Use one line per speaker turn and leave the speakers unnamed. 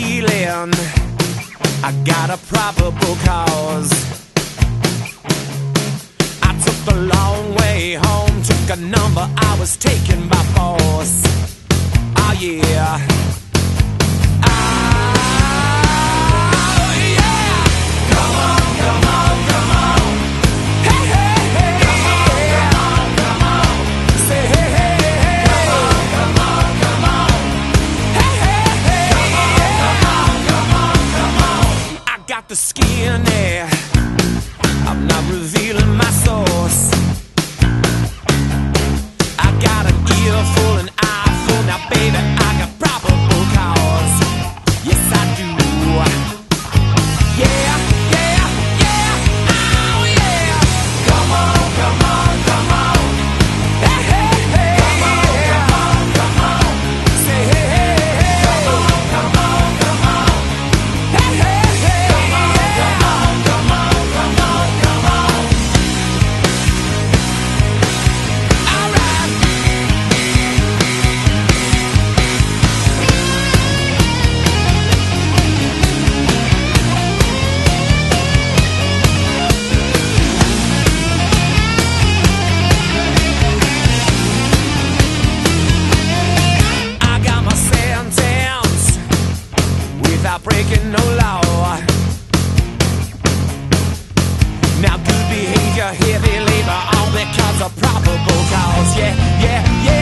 done. I got a probable cause. I took the long way home, took a number I was taken by force. Oh yeah. Oh, yeah. Come on, come on, come on. Hey, hey, hey. Come on, come on, come on. Say hey, hey, hey. Come on, come on, come on. Hey, hey, hey. Come on, come on, come on, come on. I got the skin there. I'm not revealing my source. I got an earful, an eyeful. Now, baby, I got probable cause. Yes, I do. Yeah, yeah, yeah. Oh, yeah. Come on, come on, come on. Hey, hey, hey. Come on, come on, come on. Say hey, hey, hey. Come on, come on, come on. Hey, hey, hey. Come on, come on, come on, come on, come on. All right. I got my sentence without breaking no law. Now good behavior, heavy labor, all because of probable cause. Yeah, yeah, yeah.